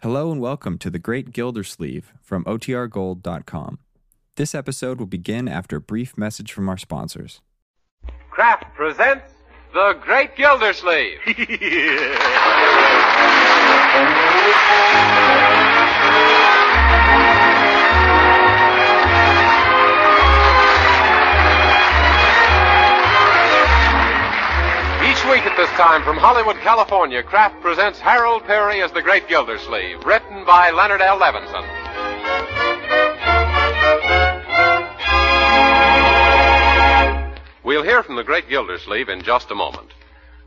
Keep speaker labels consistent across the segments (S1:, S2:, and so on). S1: Hello and welcome to The Great Gildersleeve from OTRGold.com. This episode will begin after a brief message from our sponsors.
S2: Kraft presents The Great Gildersleeve. Each week at this time from Hollywood, California, Kraft presents Harold Perry as The Great Gildersleeve, written by Leonard L. Levinson. We'll hear from the great Gildersleeve in just a moment.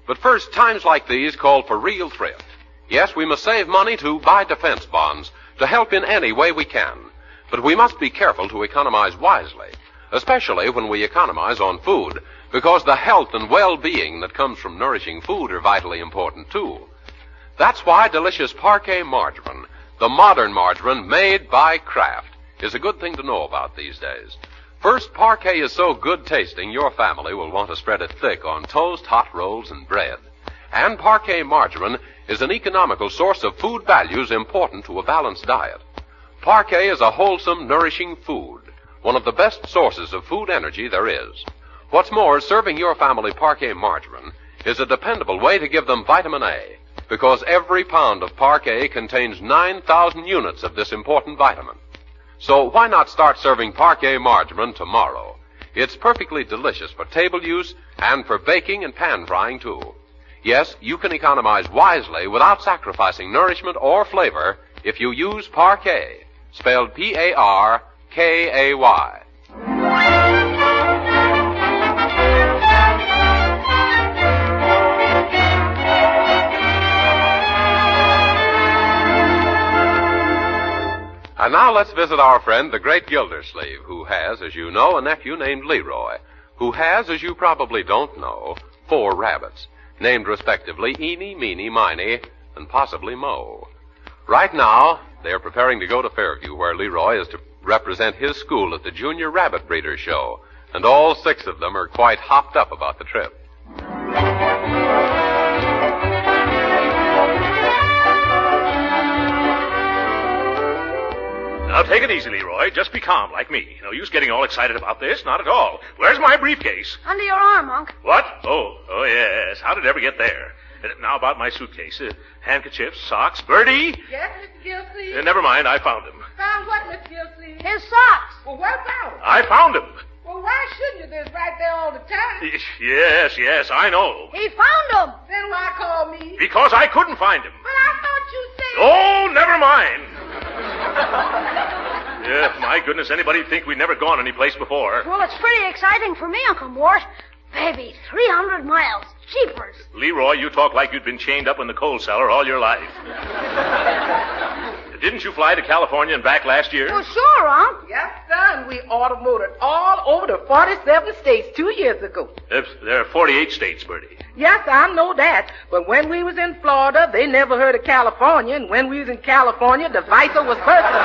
S2: But first, times like these call for real thrift. Yes, we must save money to buy defense bonds to help in any way we can. But we must be careful to economize wisely, especially when we economize on food, because the health and well-being that comes from nourishing food are vitally important too. That's why delicious parquet margarine, the modern margarine made by Kraft, is a good thing to know about these days. First, parquet is so good tasting your family will want to spread it thick on toast, hot rolls, and bread. And parquet margarine is an economical source of food values important to a balanced diet. Parquet is a wholesome, nourishing food, one of the best sources of food energy there is. What's more, serving your family parquet margarine is a dependable way to give them vitamin A, because every pound of parquet contains 9,000 units of this important vitamin. So why not start serving parquet margarine tomorrow? It's perfectly delicious for table use and for baking and pan frying too. Yes, you can economize wisely without sacrificing nourishment or flavor if you use parquet, spelled P-A-R-K-A-Y. And now let's visit our friend, the great Gildersleeve, who has, as you know, a nephew named Leroy, who has, as you probably don't know, four rabbits, named respectively Eeny, Meeny, Miny, and possibly Mo. Right now, they are preparing to go to Fairview, where Leroy is to represent his school at the Junior Rabbit Breeder Show, and all six of them are quite hopped up about the trip.
S3: Now take it easy, Leroy. Just be calm, like me. No use getting all excited about this. Not at all. Where's my briefcase?
S4: Under your arm, Unc.
S3: What? Oh, oh yes. How did it ever get there? Uh, Now about my suitcase, uh, handkerchiefs, socks, Birdie.
S5: Yes, Mr. Gilsey.
S3: Uh, never mind. I found them.
S5: Found what, Miss Gilsey?
S4: His socks.
S5: Well, what about?
S3: I found them.
S5: Well, why shouldn't you? There's right there all the time.
S3: Yes, yes. I know.
S4: He found them.
S5: Then why call me?
S3: Because I couldn't find them.
S5: But I thought you said.
S3: Oh, never mind. yeah, my goodness. Anybody think we'd never gone any place before?
S4: Well, it's pretty exciting for me, Uncle Mort. Baby, 300 miles. Jeepers.
S3: Leroy, you talk like you'd been chained up in the coal cellar all your life. Didn't you fly to California and back last year?
S4: Well, sure, Unc.
S5: Yes, sir, and we automotored all over the 47 states two years ago.
S3: Uh, there are 48 states, Bertie.
S5: Yes, I know that. But when we was in Florida, they never heard of California, and when we was in California, the visor was personal.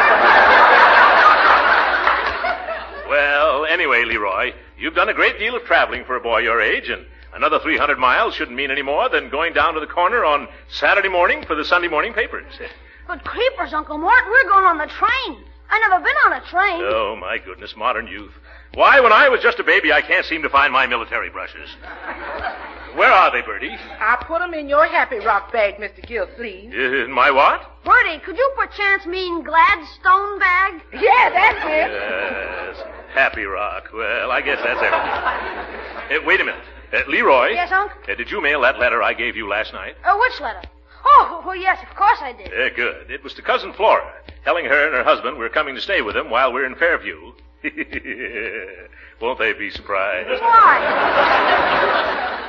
S3: Well, anyway, Leroy, you've done a great deal of traveling for a boy your age, and another 300 miles shouldn't mean any more than going down to the corner on Saturday morning for the Sunday morning papers.
S4: But creepers, Uncle Mort, we're going on the train. I never been on a train.
S3: Oh, my goodness, modern youth. Why, when I was just a baby, I can't seem to find my military brushes. Where are they, Bertie?
S5: I put 'em in your happy rock bag, Mr. Gilsleeve.
S3: In my what?
S4: Bertie, could you perchance mean Gladstone bag?
S5: Yeah, that's it.
S3: Yes, Happy Rock. Well, I guess that's everything. Uh, wait a minute. Uh, Leroy?
S4: Yes, Unc?
S3: Uh, did you mail that letter I gave you last night?
S4: Uh, which letter? Oh, well, yes, of course I did.
S3: Uh, good. It was to Cousin Flora, telling her and her husband we're coming to stay with them while we're in Fairview. Won't they be surprised?
S4: Why?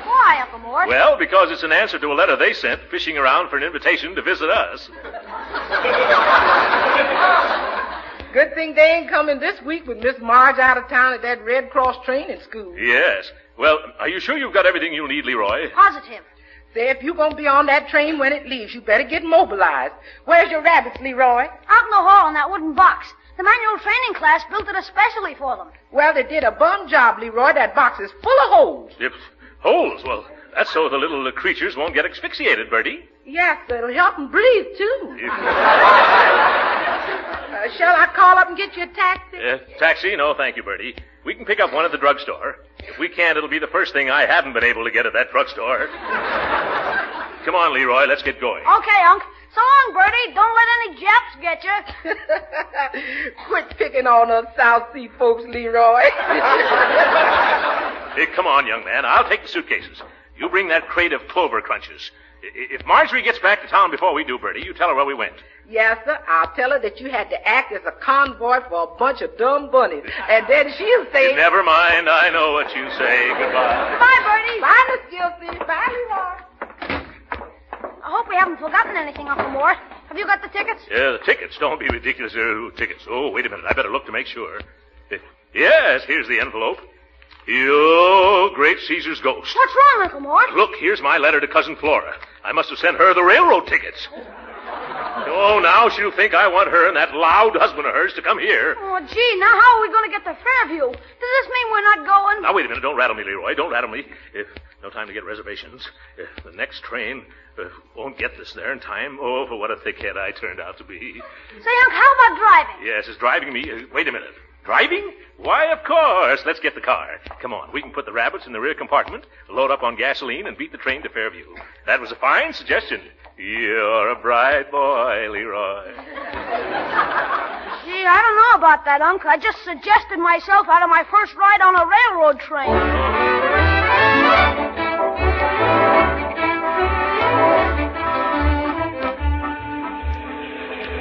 S4: Why, Uncle Mort?
S3: Well, because it's an answer to a letter they sent fishing around for an invitation to visit us.
S5: Good thing they ain't coming this week with Miss Marge out of town at that Red Cross training school.
S3: Yes. Well, are you sure you've got everything you'll need, Leroy?
S4: Positive.
S5: Say, if you're gonna be on that train when it leaves, you better get mobilized. Where's your rabbits, Leroy?
S4: Out in the hall in that wooden box. The manual training class built it especially for them.
S5: Well, they did a bum job, Leroy. That box is full of holes.
S3: Yep. Holes. Well, that's so the little uh, creatures won't get asphyxiated, Bertie.
S5: Yes, it'll help 'em breathe, too.
S3: If-
S5: Uh, I call up and get you a taxi?
S3: Uh, taxi? No, thank you, Bertie. We can pick up one at the drugstore. If we can't, it'll be the first thing I haven't been able to get at that drugstore. Come on, Leroy, let's get going.
S4: Okay, Unc. So long, Bertie. Don't let any Japs get you.
S5: Quit picking on us South Sea folks, Leroy.
S3: Hey, come on, young man. I'll take the suitcases. You bring that crate of clover crunches. I- i- If Marjorie gets back to town before we do, Bertie, you tell her where we went.
S5: yes, sir. I'll tell her that you had to act as a convoy for a bunch of dumb bunnies. And then she'll say,
S3: Never mind. I know what you say. Goodbye.
S4: Bye, Bertie.
S5: Bye, Miss Gilsey. Bye, Leroy.
S4: I hope we haven't forgotten anything, Uncle Morris. Have you got the tickets?
S3: Yeah, the tickets. Don't be ridiculous. There are tickets. Oh, wait a minute. I better look to make sure. Eh, Yes, here's the envelope. Yo, great Caesar's ghost.
S4: What's wrong, Uncle Morris?
S3: Look, here's my letter to Cousin Flora. I must have sent her the railroad tickets. Oh, now she'll think I want her and that loud husband of hers to come here.
S4: Oh, gee, now how are we going to get to Fairview? Does this mean we're not going?
S3: Now, wait a minute. Don't rattle me, Leroy. Don't rattle me. Eh, no time to get reservations. Eh, the next train eh, won't get this there in time. Oh, for what a thickhead I turned out to be.
S4: Say, Unc, how about driving?
S3: Yes, it's driving me. uh, Wait a minute. Driving? Why, of course. Let's get the car. Come on. We can put the rabbits in the rear compartment, load up on gasoline, and beat the train to Fairview. That was a fine suggestion. You're a bright boy, Leroy.
S4: Gee, I don't know about that, Unc. I just suggested myself out of my first ride on a railroad train.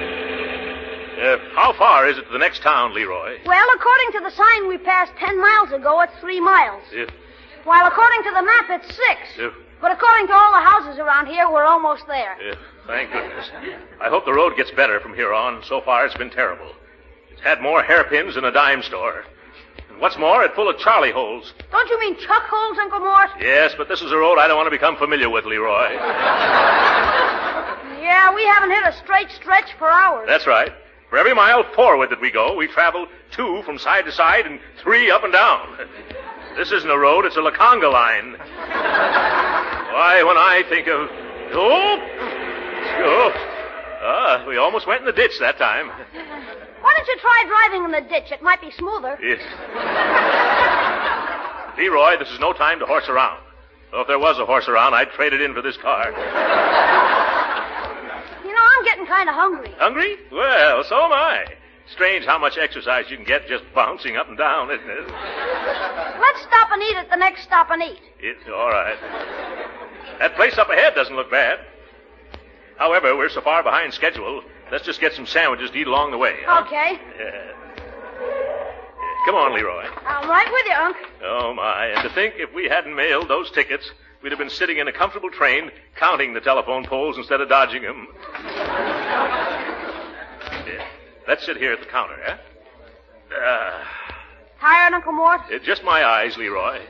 S3: Uh, how far is it to the next town, Leroy?
S4: Well, according to the sign we passed ten miles ago, it's three miles.
S3: Uh,
S4: While according to the map, it's six.
S3: Yeah.
S4: But according to all the houses around here, we're almost there.
S3: uh, thank goodness. I hope the road gets better from here on. So far, it's been terrible. It's had more hairpins than a dime store. And what's more, it's full of Charlie holes.
S4: Don't you mean chuck holes, Uncle Morris?
S3: Yes, but this is a road I don't want to become familiar with, Leroy.
S4: Yeah, we haven't hit a straight stretch for hours.
S3: That's right. For every mile forward that we go, we travel two from side to side and three up and down. This isn't a road, it's a Laconga line. Why, when I think of. Oh! oh. Ah, we almost went in the ditch that time.
S4: Why don't you try driving in the ditch? It might be smoother.
S3: Yes. Leroy, this is no time to horse around. Though if there was a horse around, I'd trade it in for this car.
S4: You know, I'm getting kind of hungry.
S3: Hungry? Well, so am I. Strange how much exercise you can get just bouncing up and down, isn't it?
S4: Let's stop and eat at the next stop and eat.
S3: It's all right. That place up ahead doesn't look bad. However, we're so far behind schedule. Let's just get some sandwiches to eat along the way. huh?
S4: Okay.
S3: Yeah. Yeah, Come on, Leroy.
S4: I'm right with you, Unc.
S3: Oh my! And to think if we hadn't mailed those tickets, we'd have been sitting in a comfortable train counting the telephone poles instead of dodging them. Yeah. Let's sit here at the counter, eh? Ah.
S4: Tired, Uncle Morris?
S3: Uh, just my eyes, Leroy.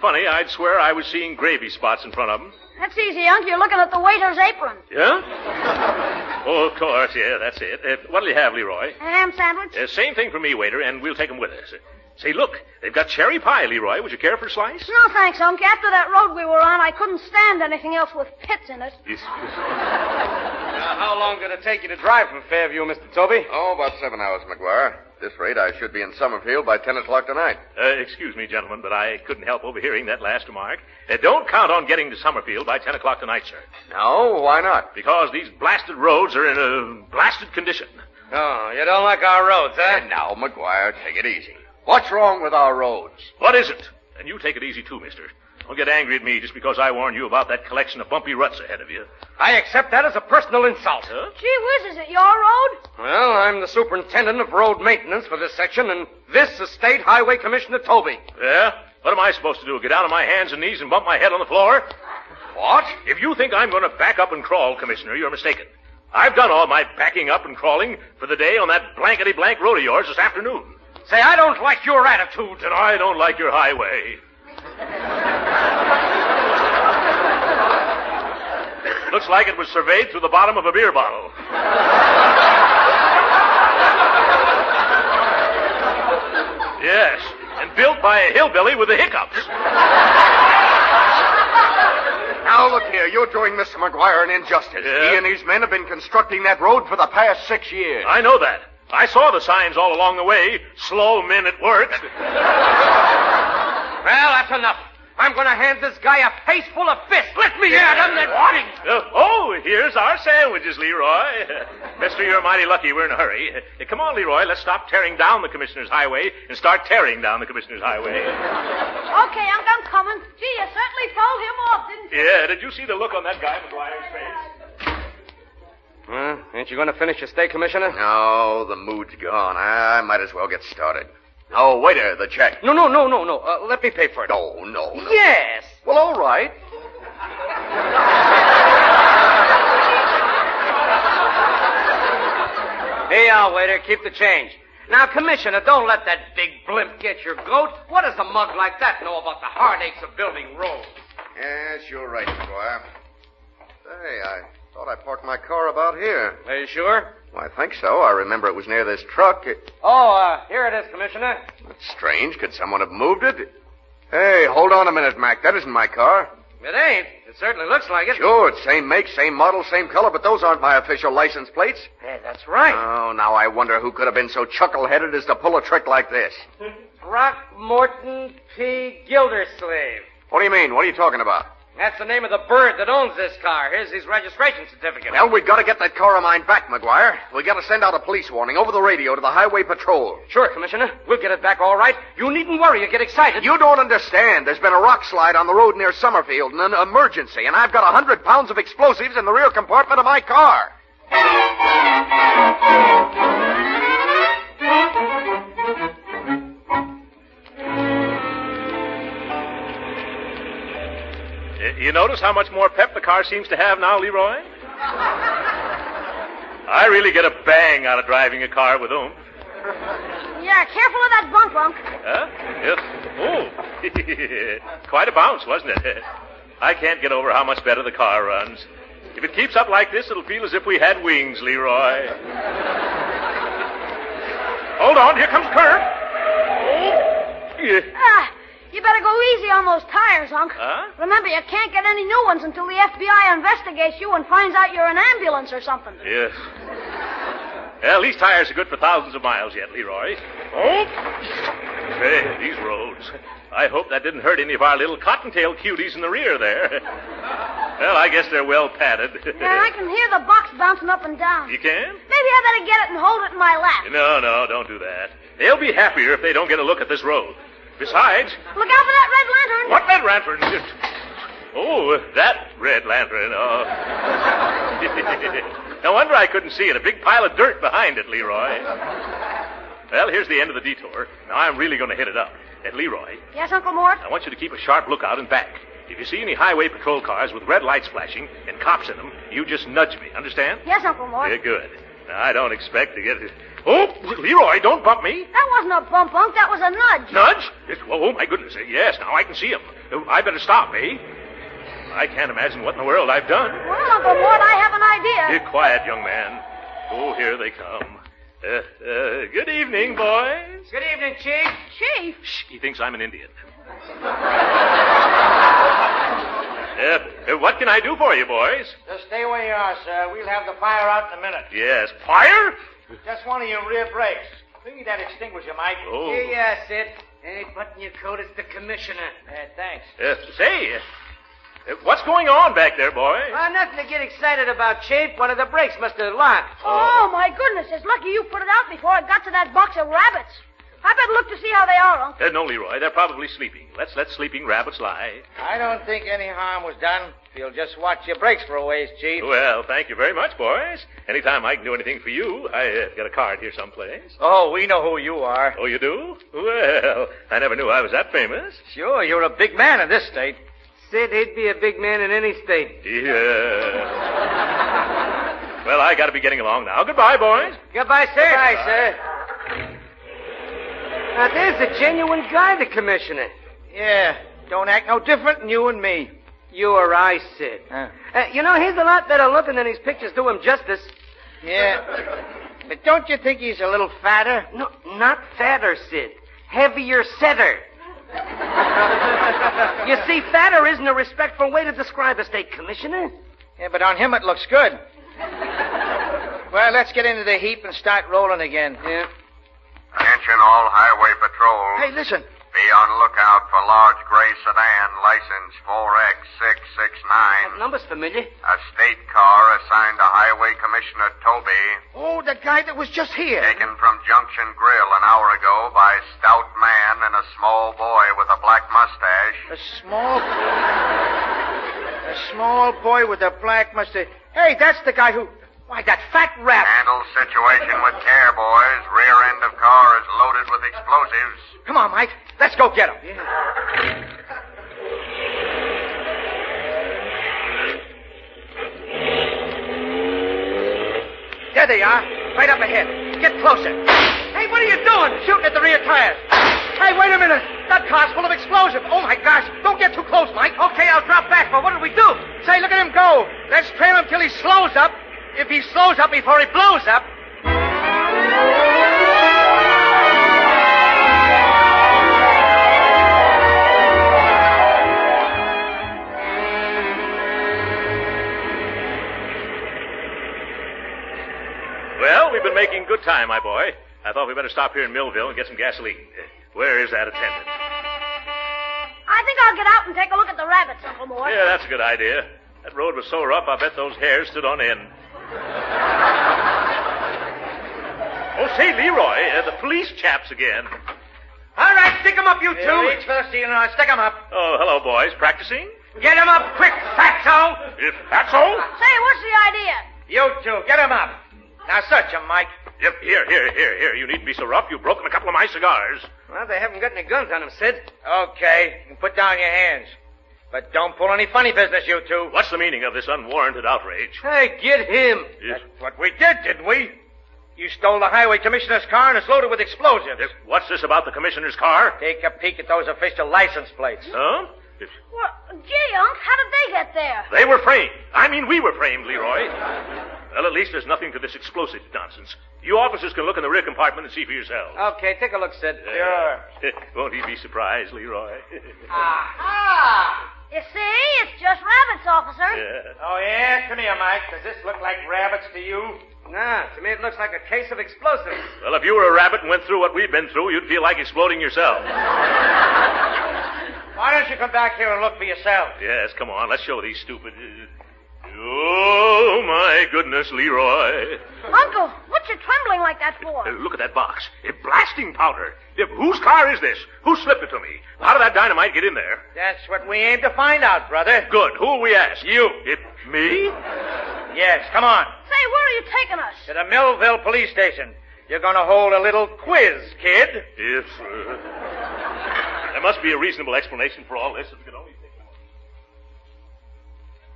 S3: Funny, I'd swear I was seeing gravy spots in front of them.
S4: That's easy, Unc. You're looking at the waiter's apron.
S3: Yeah? oh, of course, yeah, that's it. Uh, what'll you have, Leroy?
S4: A ham sandwich?
S3: Uh, same thing for me, waiter, and we'll take 'em with us. Say, look, they've got cherry pie, Leroy. Would you care for a slice?
S4: No, thanks, Unc. After that road we were on, I couldn't stand anything else with pits in it.
S6: Now, how long did it take you to drive from Fairview, Mr. Toby?
S7: Oh, about seven hours, McGuire. At this rate, I should be in Summerfield by ten o'clock tonight.
S3: Uh, excuse me, gentlemen, but I couldn't help overhearing that last remark. Uh, don't count on getting to Summerfield by 10 o'clock tonight, sir,
S7: No, why not?
S3: because these blasted roads are in a blasted condition.
S6: Oh, you don't like our roads, eh?
S7: And now, McGuire, take it easy. What's wrong with our roads?
S3: What is it? And you take it easy, too, mister. Don't get angry at me just because I warned you about that collection of bumpy ruts ahead of you.
S6: I accept that as a personal insult.
S3: Huh?
S4: Gee whiz, is it your road?
S6: Well, I'm the superintendent of road maintenance for this section, and this is State Highway Commissioner Toby.
S3: Yeah? What am I supposed to do? Get down on my hands and knees and bump my head on the floor?
S6: What?
S3: If you think I'm going to back up and crawl, Commissioner, you're mistaken. I've done all my backing up and crawling for the day on that blankety blank road of yours this afternoon.
S6: Say, I don't like your attitude.
S3: And I don't like your highway. Looks like it was surveyed through the bottom of a beer bottle. yes, and built by a hillbilly with the hiccups.
S7: Now, look here. You're doing Mr. McGuire an injustice.
S3: Yeah?
S6: Uh,
S7: He and his men have been constructing that road for the past six years.
S3: I know that. I saw the signs all along the way. Slow men at work.
S5: Well, that's enough. I'm going to hand this guy a face full of fists. Let me at him. That warning.
S3: Uh, oh, here's our sandwiches, Leroy. Mister, you're mighty lucky we're in a hurry. Uh, come on, Leroy, let's stop tearing down the commissioner's highway and start tearing down the commissioner's highway.
S4: Okay, Unc, I'm coming. Gee, you certainly told him off, didn't you?
S3: yeah, did you see the look on that guy McGuire's face?
S5: Huh? Ain't you going to finish your stay, Commissioner?
S7: Oh,
S8: No, the mood's gone. I might as well get started. Oh, waiter, the check.
S5: No, no, no, no, no. Uh, let me pay for it.
S7: Oh,
S8: No, no, no.
S5: Yes.
S8: Well, all right.
S5: Here you are, waiter. Keep the change. Now, Commissioner, don't let that big blimp get your goat. What does a mug like that know about the heartaches of building roads?
S8: Yes, you're right, McGuire. Say, I thought I parked my car about here.
S5: Are you sure?
S8: Well, I think so. I remember it was near this truck. It,
S5: Oh, uh, here it is, Commissioner.
S8: that's strange. Could someone have moved it? Hey, hold on a minute, Mac. That isn't my car.
S5: It ain't. It certainly looks like it.
S8: Sure, it's same make, same model, same color, but those aren't my official license plates.
S5: Yeah, that's right.
S8: Oh, now I wonder who could have been so chuckle-headed as to pull a trick like this.
S5: Throckmorton P. Gildersleeve.
S8: What do you mean? What are you talking about?
S5: That's the name of the bird that owns this car. Here's his registration certificate.
S8: Well, we've got to get that car of mine back, McGuire. We've got to send out a police warning over the radio to the highway patrol.
S5: Sure, Commissioner. We'll get it back all right. You needn't worry. You get excited.
S8: You don't understand. There's been a rock slide on the road near Summerfield and an emergency, and I've got a hundred pounds of explosives in the rear compartment of my car.
S3: Y- Eh, You notice how much more pep the car seems to have now, Leroy? I really get a bang out of driving a car with oomph.
S4: Yeah, careful of that bump, Unc.
S3: Huh? Yes. Oh. Quite a bounce, wasn't it? I can't get over how much better the car runs. If it keeps up like this, it'll feel as if we had wings, Leroy. Hold on, here comes Curve. Oh. Yeah.
S4: Ah, you better go easy on those tires, Unc.
S3: Huh?
S4: Remember, you can't get any new ones until the FBI investigates you and finds out you're an ambulance or something.
S3: Yes. Well, these tires are good for thousands of miles yet, Leroy. Oh. Hey, these roads. I hope that didn't hurt any of our little cottontail cuties in the rear there. Well, I guess they're well padded.
S4: Yeah, I can hear the box bouncing up and down.
S3: You can?
S4: Maybe I better get it and hold it in my lap.
S3: No, no, don't do that. They'll be happier if they don't get a look at this road. Besides,
S4: Look out for that red lantern.
S3: what red lantern? Oh, that red lantern. Oh. no wonder I couldn't see it. A big pile of dirt behind it, Leroy. Well, here's the end of the detour. Now I'm really going to hit it up. And Leroy,
S4: Yes, Uncle Mort?
S3: I want you to keep a sharp lookout and back. If you see any highway patrol cars with red lights flashing and cops in them, you just nudge me. Understand?
S4: Yes, Uncle Mort.
S3: Yeah, good. Now, I don't expect to get it. Oh, Leroy, don't bump me.
S4: That wasn't a bump, Unc. That was a nudge.
S3: Nudge? It's, oh, oh, my goodness. Yes, now I can see him. Uh, I better stop, eh? I can't imagine what in the world I've done.
S4: Well, Uncle Mort, I have an
S3: Be
S4: idea.
S3: quiet, young man. Oh, here they come. Uh, uh, good evening, boys.
S5: Good evening, Chief.
S4: Chief?
S3: Shh, he thinks I'm an Indian. uh, uh, what can I do for you, boys?
S9: Just stay where you are, sir. We'll have the fire out in a minute.
S3: Yes, fire?
S9: Just one of your rear brakes. Bring me that extinguisher, Mike.
S3: Oh.
S9: Here you are, Sid.
S5: Any button your coat is the Commissioner.
S9: Yeah, thanks.
S3: Uh, say, uh, uh, what's going on back there, boy?
S5: Uh, nothing to get excited about, Chief. One of the brakes must have locked.
S4: Oh, my goodness. It's lucky you put it out before I got to that box of rabbits. I better look to see how they are, Unc.
S3: Uh, no, Leroy, they're probably sleeping. Let's let sleeping rabbits lie.
S9: I don't think any harm was done. If you'll just watch your brakes for a ways, Chief.
S3: Well, thank you very much, boys. Anytime I can do anything for you, I uh, got a card here someplace.
S9: Oh, we know who you are.
S3: Oh, you do? Well, I never knew I was that famous.
S9: Sure, you're a big man in this state.
S5: Sid, he'd be a big man in any state.
S3: Yeah. well, I got to be getting along now. Goodbye, boys.
S5: Goodbye, sir.
S9: Goodbye, sir.
S5: Now, there's a genuine guy, the Commissioner.
S9: Yeah, don't act no different than you and me.
S5: You or I, Sid.
S9: Huh.
S5: Uh, you know, he's a lot better looking than his pictures do him justice.
S9: Yeah. But don't you think he's a little fatter?
S5: No, not fatter, Sid. Heavier setter. you see, fatter isn't a respectful way to describe a state commissioner.
S9: Yeah, but on him it looks good.
S8: Well, let's get into the heap and start rolling again.
S6: Yeah.
S10: Attention all highway patrols.
S8: Hey, listen.
S10: Be on lookout for large gray sedan, license 4X669.
S6: That number's familiar.
S10: A state car assigned to Highway Commissioner Toby,
S8: Oh, the guy that was just here.
S10: taken from Junction Grill an hour ago by a stout man and a small boy with a black mustache.
S8: A small. a small boy with a black mustache. Hey, that's the guy who. Why, that fat rat.
S10: Handle situation with care, boys. Rear end of car is loaded with explosives.
S8: Come on, Mike. Let's go get him. There they are. Right up ahead. Get closer. Hey, what are you doing? Shooting at the rear tires. Hey, wait a minute. That car's full of explosive. Oh, my gosh. Don't get too close, Mike. Okay, I'll drop back, but what do we do? Say, look at him go. Let's trail him till he slows up. If he slows up before he blows up,
S3: Well, we've been making good time, my boy. I thought we'd better stop here in Millville and get some gasoline. Uh, Where is that attendant?
S4: I think I'll get out and take a look at the rabbits, Uncle Mort.
S3: Yeah, that's a good idea. That road was so rough, I bet those hairs stood on end. oh, say, Leroy, uh, the police chaps again.
S6: All right, stick 'em up, you two.
S8: Yeah, reach first, you know. Stick 'em up.
S3: Oh, hello, boys. Practicing?
S6: Get 'em up quick, fatso.
S3: If that's all.
S4: Say, what's the idea?
S8: You two, get 'em up. Now search 'em, Mike.
S3: Yep, here, here, here, here. You needn't be so rough. You've broken a couple of my cigars.
S6: Well, they haven't got any guns on them, Sid.
S8: Okay, you can put down your hands. But don't pull any funny business, you two.
S3: What's the meaning of this unwarranted outrage?
S6: Hey, get him.
S3: If,
S8: What we did, didn't we? You stole the highway commissioner's car and it's loaded with explosives.
S3: if, what's this about the commissioner's car?
S8: Take a peek at those official license plates.
S3: Huh? If
S4: Well, gee, Unc, how did they get there?
S3: they were framed. I mean, we were framed, Leroy. Well, at least there's nothing to this explosive nonsense. You officers can look in the rear compartment and see for yourselves.
S8: Oh,
S6: Okay, take a look, Sid.
S3: Yeah. Won't he be surprised, Leroy?
S4: Ah. You see, it's just rabbits, officer.
S3: Yeah.
S8: Oh, yeah? Come here, Mike. Does this look like rabbits to you?
S6: Nah, to me it looks like a case of explosives.
S3: Well, if you were a rabbit and went through what we've been through, you'd feel like exploding yourself.
S8: Why don't you come back here and look for yourself?
S3: Yes, come on, let's show these stupid. uh, Oh, my goodness, Leroy.
S4: Uncle, what you trembling like that for?
S3: Uh, Look at that box. Uh, Blasting powder. Uh, Whose car is this? Who slipped it to me? How did that dynamite get in there?
S8: That's what we aim to find out, brother.
S3: Good. Who'll we ask? You. It, me?
S8: Yes, come on.
S4: Say, where are you taking us?
S8: To the Millville police station. You're going to hold a little quiz, kid.
S3: Yes, sir. There must be a reasonable explanation for all this. If we can only think of one.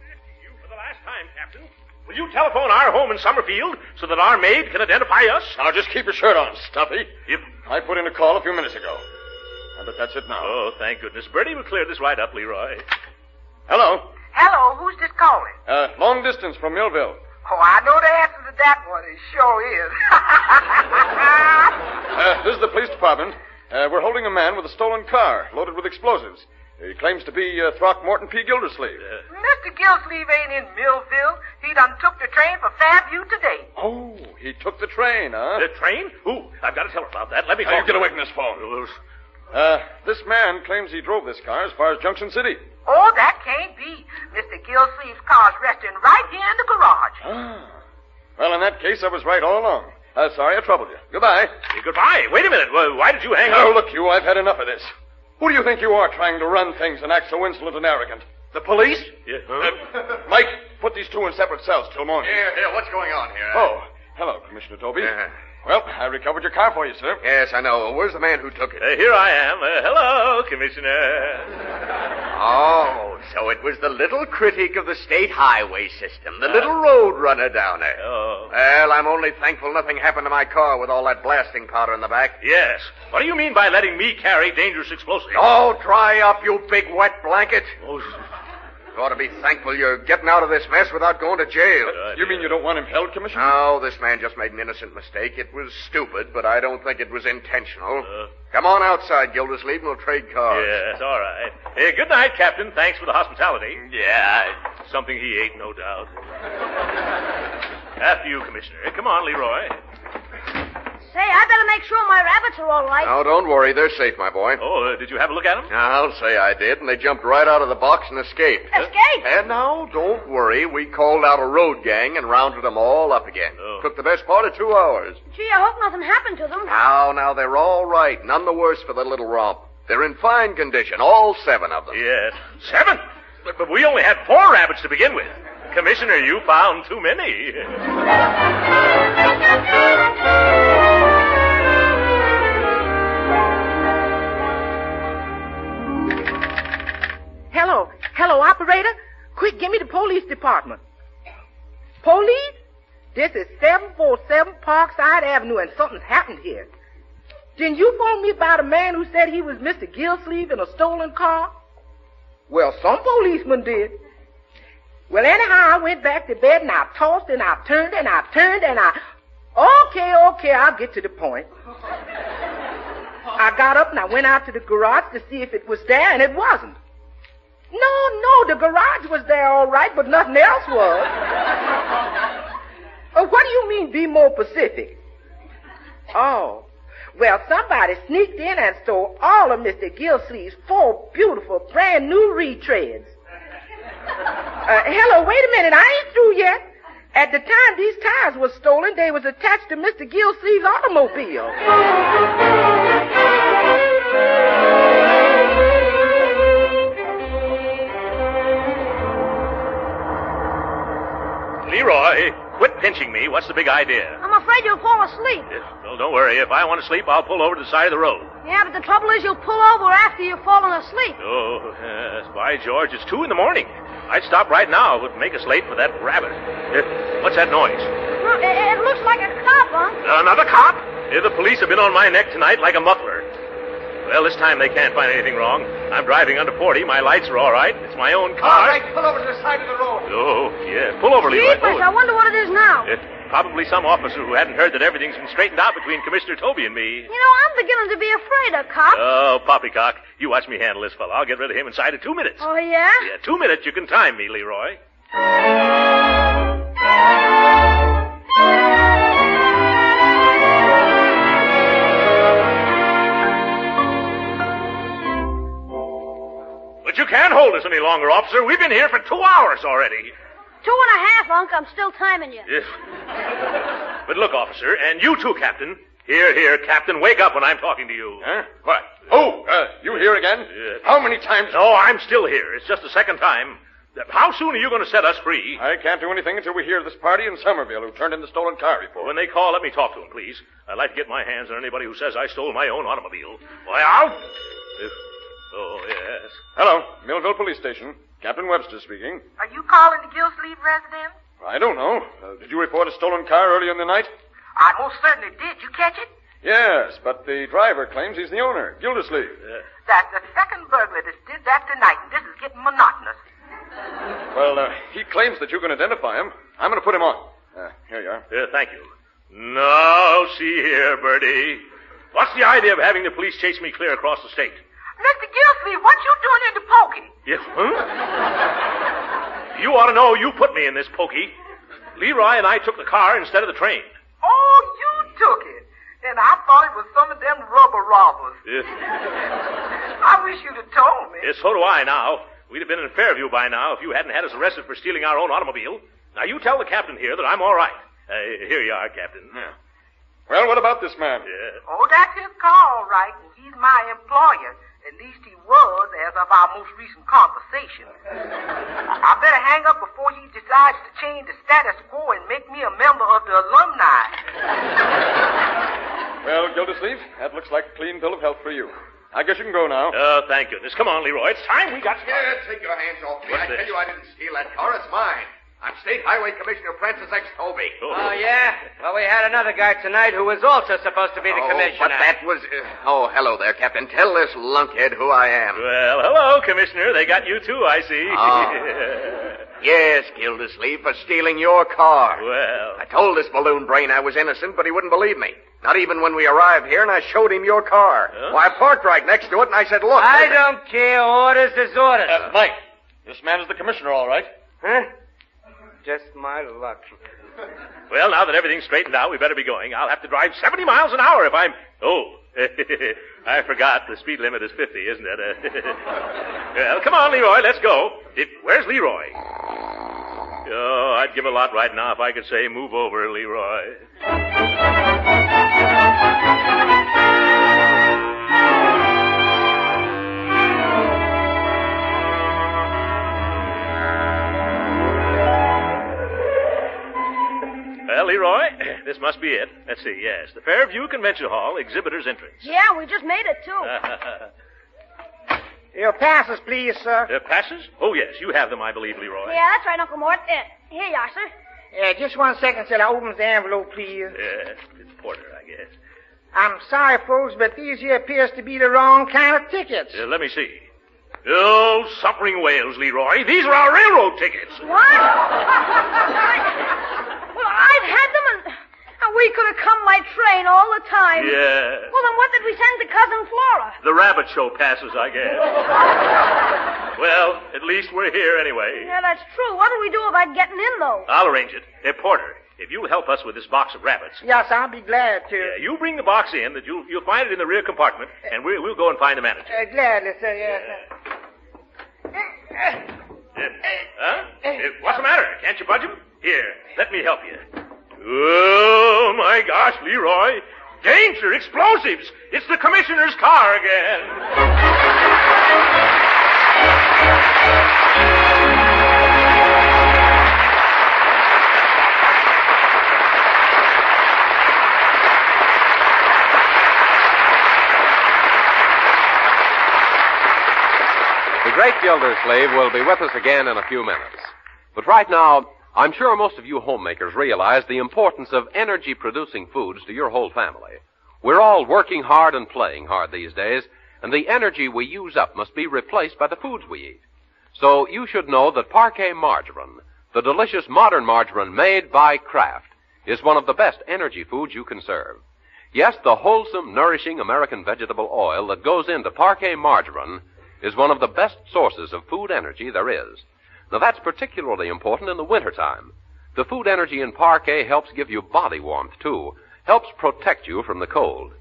S3: Asking you for the last time, Captain. Will you telephone our home in Summerfield so that our maid can identify us?
S11: Now just keep your shirt on, Stumpy.
S3: If...
S11: I put in a call a few minutes ago. I bet that's it now.
S3: Oh, thank goodness. Bertie will clear this right up, Leroy.
S11: Hello.
S5: Hello, who's this calling?
S11: Uh, long distance from Millville.
S5: Oh, I know the answer to that one. It sure is.
S11: Uh, this is the police department. Uh, we're holding a man with a stolen car loaded with explosives. He claims to be uh, Throckmorton P. Gildersleeve.
S5: Mr. Gilsleeve ain't in Millville. He done took the train for Fairview today.
S11: oh, he took the train, huh?
S3: The train? Ooh, I've got to tell her about that. Let me
S11: Now
S3: talk.
S11: you get
S3: to
S11: away
S3: her.
S11: from this phone.
S3: Oh,
S11: Uh, this man claims he drove this car as far as Junction City.
S5: Oh, that can't be. Mr. Gilsleeve's car's resting right here in the garage.
S11: Ah. Well, in that case, I was right all along. Uh, sorry I troubled you. Goodbye.
S3: Goodbye. Wait a minute. Well, Why did you hang
S8: Oh,
S10: Oh,
S11: Now,
S3: up?
S11: look, you, I've had enough of this. Who do you think you are trying to run things and act so insolent and arrogant? The police?
S3: Yeah, huh?
S11: Mike, put these two in separate cells till morning.
S10: Here, here, what's going on here?
S11: Oh, hello, Commissioner Toby.
S10: Yeah.
S11: Well, I recovered your car for you, sir.
S10: Yes, I know. Where's the man who took it?
S3: Uh, here I am. Uh, hello, Commissioner.
S10: Oh, so it was the little critic of the state highway system, the little road runner down there.
S3: Oh.
S10: Well, I'm only thankful nothing happened to my car with all that blasting powder in the back.
S3: Yes. What do you mean by letting me carry dangerous explosives?
S10: Oh, dry up, you big wet blanket.
S3: Oh,
S10: You ought to be thankful you're getting out of this mess without going to jail.
S3: Good.
S11: You mean you don't want him held, Commissioner?
S10: No, this man just made an innocent mistake. It was stupid, but I don't think it was intentional.
S3: Uh.
S10: Come on outside, Gildersleeve, and we'll trade cards.
S3: yes, all right. Hey, good night, Captain. Thanks for the hospitality.
S10: Yeah.
S3: Something he ate, no doubt. After you, Commissioner. Come on, Leroy.
S4: Say, I better make sure my rabbits are all right.
S2: No, don't worry. They're safe, my boy.
S3: Oh, uh, did you have a look at them?
S2: I'll say I did, and they jumped right out of the box and escaped.
S4: Escape?
S2: And now, don't worry. We called out a road gang and rounded them all up again.
S12: Oh.
S2: Took the best part of two hours.
S4: Gee, I hope nothing happened to them.
S2: Now, now, they're all right. None the worse for the little romp. They're in fine condition, all seven of them.
S3: Yes. Seven? But, but we only had four rabbits to begin with. Commissioner, you found too many.
S5: Hello, hello, operator. Quick, give me the police department. Police? This is 747 Parkside Avenue, and something's happened here. Didn't you phone me about a man who said he was Mr. Gillsleeve in a stolen car? Well, some policeman did. Well, anyhow, I went back to bed and I tossed and I turned and I turned and I. Okay, okay, I'll get to the point. I got up and I went out to the garage to see if it was there, and it wasn't. No, no, the garage was there all right, but nothing else was. Uh, what do you mean, be more specific? Oh, well, somebody sneaked in and stole all of Mr. Gillsleeve's four beautiful brand new retreads. Uh, hello, wait a minute, I ain't through yet. At the time these tires were stolen, they was attached to Mr. Gillsleeve's automobile.
S3: Leroy, quit pinching me. What's the big idea?
S4: I'm afraid you'll fall asleep.
S3: Well, don't worry. If I want to sleep, I'll pull over to the side of the road.
S4: Yeah, but the trouble is you'll pull over after you've fallen asleep.
S3: Oh, yes. By George, it's two in the morning. I'd stop right now. It would make us late for that rabbit. Eh, What's that noise?
S4: Huh, It, it looks like a cop, huh?
S3: Another cop? Eh, The police have been on my neck tonight like a muffler. Well, this time they can't find anything wrong. I'm driving under 40. My lights are all right. It's my own
S12: All
S3: car.
S12: right, pull over to the side of the road.
S3: Oh, yeah. Pull over, Leroy.
S4: Jeepers, I
S3: Oh,
S4: wonder what it is now.
S3: eh, probably some officer who hadn't heard that everything's been straightened out between Commissioner Toby and me.
S4: You know, I'm beginning to be afraid of cops.
S3: Oh, poppycock. You watch me handle this fella. I'll get rid of him inside of two minutes.
S4: oh, yeah?
S3: Yeah, two minutes. You can time me, Leroy. But you can't hold us any longer, officer. We've been here for two hours already.
S4: Two and a half, Unc. I'm still timing you.
S3: Yes. But look, officer, and you too, Captain. Here, here, Captain, wake up when I'm talking to you. Huh? What? Oh, uh, you here again? How many times? No, I'm still here. It's just the second time. Uh, How soon are you going to set us free?
S8: I can't do anything until we hear this party in Somerville who turned in the stolen car report.
S3: When they call, let me talk to him, please. I'd like to get my hands on anybody who says I stole my own automobile. Why, I'll. If- Oh, yes.
S8: Hello, Millville Police Station. Captain Webster speaking.
S13: Are you calling the Gillsleeve residence?
S8: I don't know. Uh, did you report a stolen car earlier in the night?
S13: I most certainly did. You catch it?
S8: Yes, but the driver claims he's the owner, Gildersleeve.
S13: That's the second burglar that did that tonight, and this is getting monotonous.
S8: Well, uh, he claims that you can identify him. I'm going to put him on. Uh, here you are.
S3: Yeah, thank you. Now, see here, Bertie. What's the idea of having the police chase me clear across the state?
S13: Mr. Gillsleeve, what you doing in the pokey?
S3: Yes, huh? You ought to know you put me in this pokey. Leroy and I took the car instead of the train.
S13: Oh, you took it. And I thought it was some of them rubber robbers. I wish you'd have told me.
S3: Yes, so do I now. We'd have been in Fairview by now if you hadn't had us arrested for stealing our own automobile. Now, you tell the captain here that I'm all right. Uh, here you are, Captain.
S8: Well, what about this man?
S13: Oh, that's his car, all right. And he's my employer. At least he was, as of our most recent conversation. I I better hang up before he decides to change the status quo and make me a member of the alumni.
S8: Well, Gildersleeve, that looks like a clean bill of health for you. I guess you can go now.
S3: Oh, thank goodness. Come on, Leroy. It's time we got
S2: Yeah, take your hands off me.
S3: What's
S2: I tell
S3: this?
S2: you I didn't steal that car. It's mine. I'm State Highway Commissioner Francis X. Toby.
S14: Oh, yeah? Well, we had another guy tonight who was also supposed to be the
S2: Oh,
S14: commissioner.
S2: but that was... Uh, oh, hello there, Captain. Tell this lunkhead who I am.
S3: Well, hello, Commissioner. They got you too, I see.
S2: Oh. Yes, Gildersleeve, for stealing your car.
S3: Well.
S2: I told this balloon brain I was innocent, but he wouldn't believe me. Not even when we arrived here and I showed him your car. Why, I parked right next to it and I said, look.
S14: I
S2: there's a-
S14: don't care. Orders is orders.
S2: Uh,
S3: Uh,
S8: Mike, this man is the commissioner, all right.
S14: Huh? Just my luck.
S3: Well, now that everything's straightened out, we better be going. I'll have to drive 70 miles an hour if I'm. Oh, I forgot. The speed limit is 50, isn't it? Uh, well, come on, Leroy. Let's go. If, where's Leroy? Oh, I'd give a lot right now if I could say, move over, Leroy. Well, Leroy, this must be it. Let's see, yes. The Fairview Convention Hall, exhibitors entrance. Uh,
S4: Yeah, we just made it, too.
S15: Your passes, please, sir.
S3: Their passes? Oh, yes, you have them, I believe, Leroy.
S4: yeah, that's right, Uncle Mort. Uh, here you are, sir.
S15: Yeah, Uh, just one second till I opens the envelope, please.
S3: Yes, it's Porter, I guess.
S15: I'm sorry, folks, but these here appears to be the wrong kind of tickets.
S3: Uh, let me see. Oh, suffering whales, Leroy. These are our railroad tickets.
S4: What? well, I've had them, and, and we could have come by train all the time.
S3: Yeah.
S4: Well, then what did we send to Cousin Flora?
S3: The rabbit show passes, I guess. Well, at least we're here anyway.
S4: Yeah, that's true. What do we do about getting in, though?
S3: I'll arrange it. Hey, Porter, if you'll help us with this box of rabbits.
S15: Yes, I'll be glad to.
S3: Yeah, you bring the box in. That you'll you'll find it in the rear compartment, and we, we'll go and find the manager.
S15: Uh, gladly, sir, yes. sir.
S3: Yeah. Huh? Eh, Uh, what's the matter? Can't you budge him? Here, let me help you. Oh my gosh, Leroy! Danger! Explosives! It's the commissioner's car again.
S2: The great Gildersleeve will be with us again in a few minutes. But right now, I'm sure most of you homemakers realize the importance of energy producing foods to your whole family. We're all working hard and playing hard these days, and the energy we use up must be replaced by the foods we eat. So you should know that parquet margarine, the delicious modern margarine made by Kraft, is one of the best energy foods you can serve. Yes, the wholesome, nourishing American vegetable oil that goes into parquet margarine is one of the best sources of food energy there is. Now that's particularly important in the wintertime. The food energy in parquet helps give you body warmth too, helps protect you from the cold.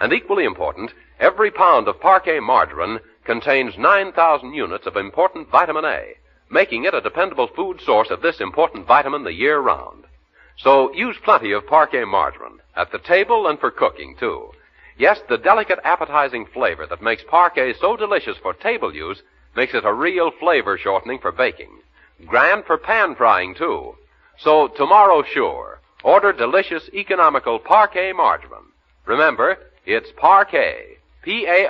S2: And equally important, every pound of parquet margarine contains 9,000 units of important vitamin A, making it a dependable food source of this important vitamin the year round. So use plenty of parquet margarine at the table and for cooking too. Yes, the delicate appetizing flavor that makes parquet so delicious for table use makes it a real flavor shortening for baking. Grand for pan frying too. So tomorrow sure, order delicious economical parquet margarine. Remember, it's parquet. P-A-R-K-A-Y.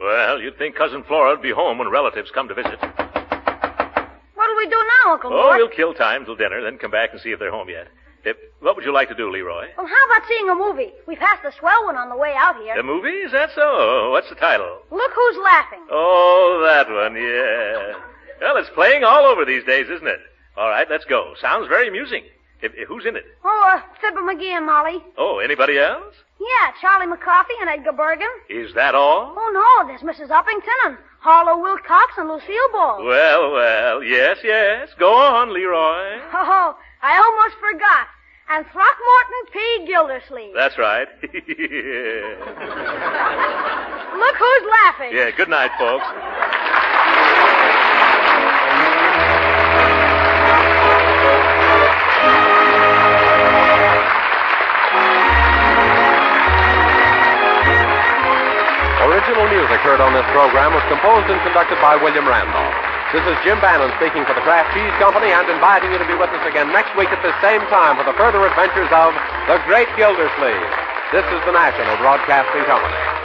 S3: Well, you'd think Cousin Flora would be home when relatives come to visit.
S4: What do we do now, Uncle
S3: Oh,
S4: Mort?
S3: we'll kill time till dinner, then come back and see if they're home yet. Eh, what would you like to do, Leroy?
S4: Well, how about seeing a movie? We passed a swell one on the way out here.
S3: A movie? Is that so? What's the title?
S4: Look who's laughing.
S3: Oh, that one, yeah. Well, it's playing all over these days, isn't it? All right, let's go. Sounds very amusing. If, if- who's in it?
S4: Oh, uh, Fibber McGee and Molly.
S3: Oh, anybody else?
S4: Yeah, Charlie McCarthy and Edgar Bergen.
S3: Is that all?
S4: Oh, no, there's Mrs. Uppington and Harlow Wilcox and Lucille Ball.
S3: Well, well, yes, yes. Go on, Leroy.
S4: Oh, I almost forgot. And Throckmorton P. Gildersleeve.
S3: That's right. yeah.
S4: Look who's laughing.
S3: yeah, good night, folks.
S2: Original music heard on this program was composed and conducted by William Randolph. This is Jim Bannon speaking for the Kraft Cheese Company and inviting you to be with us again next week at the same time for the further adventures of The Great Gildersleeve. This is the National Broadcasting Company.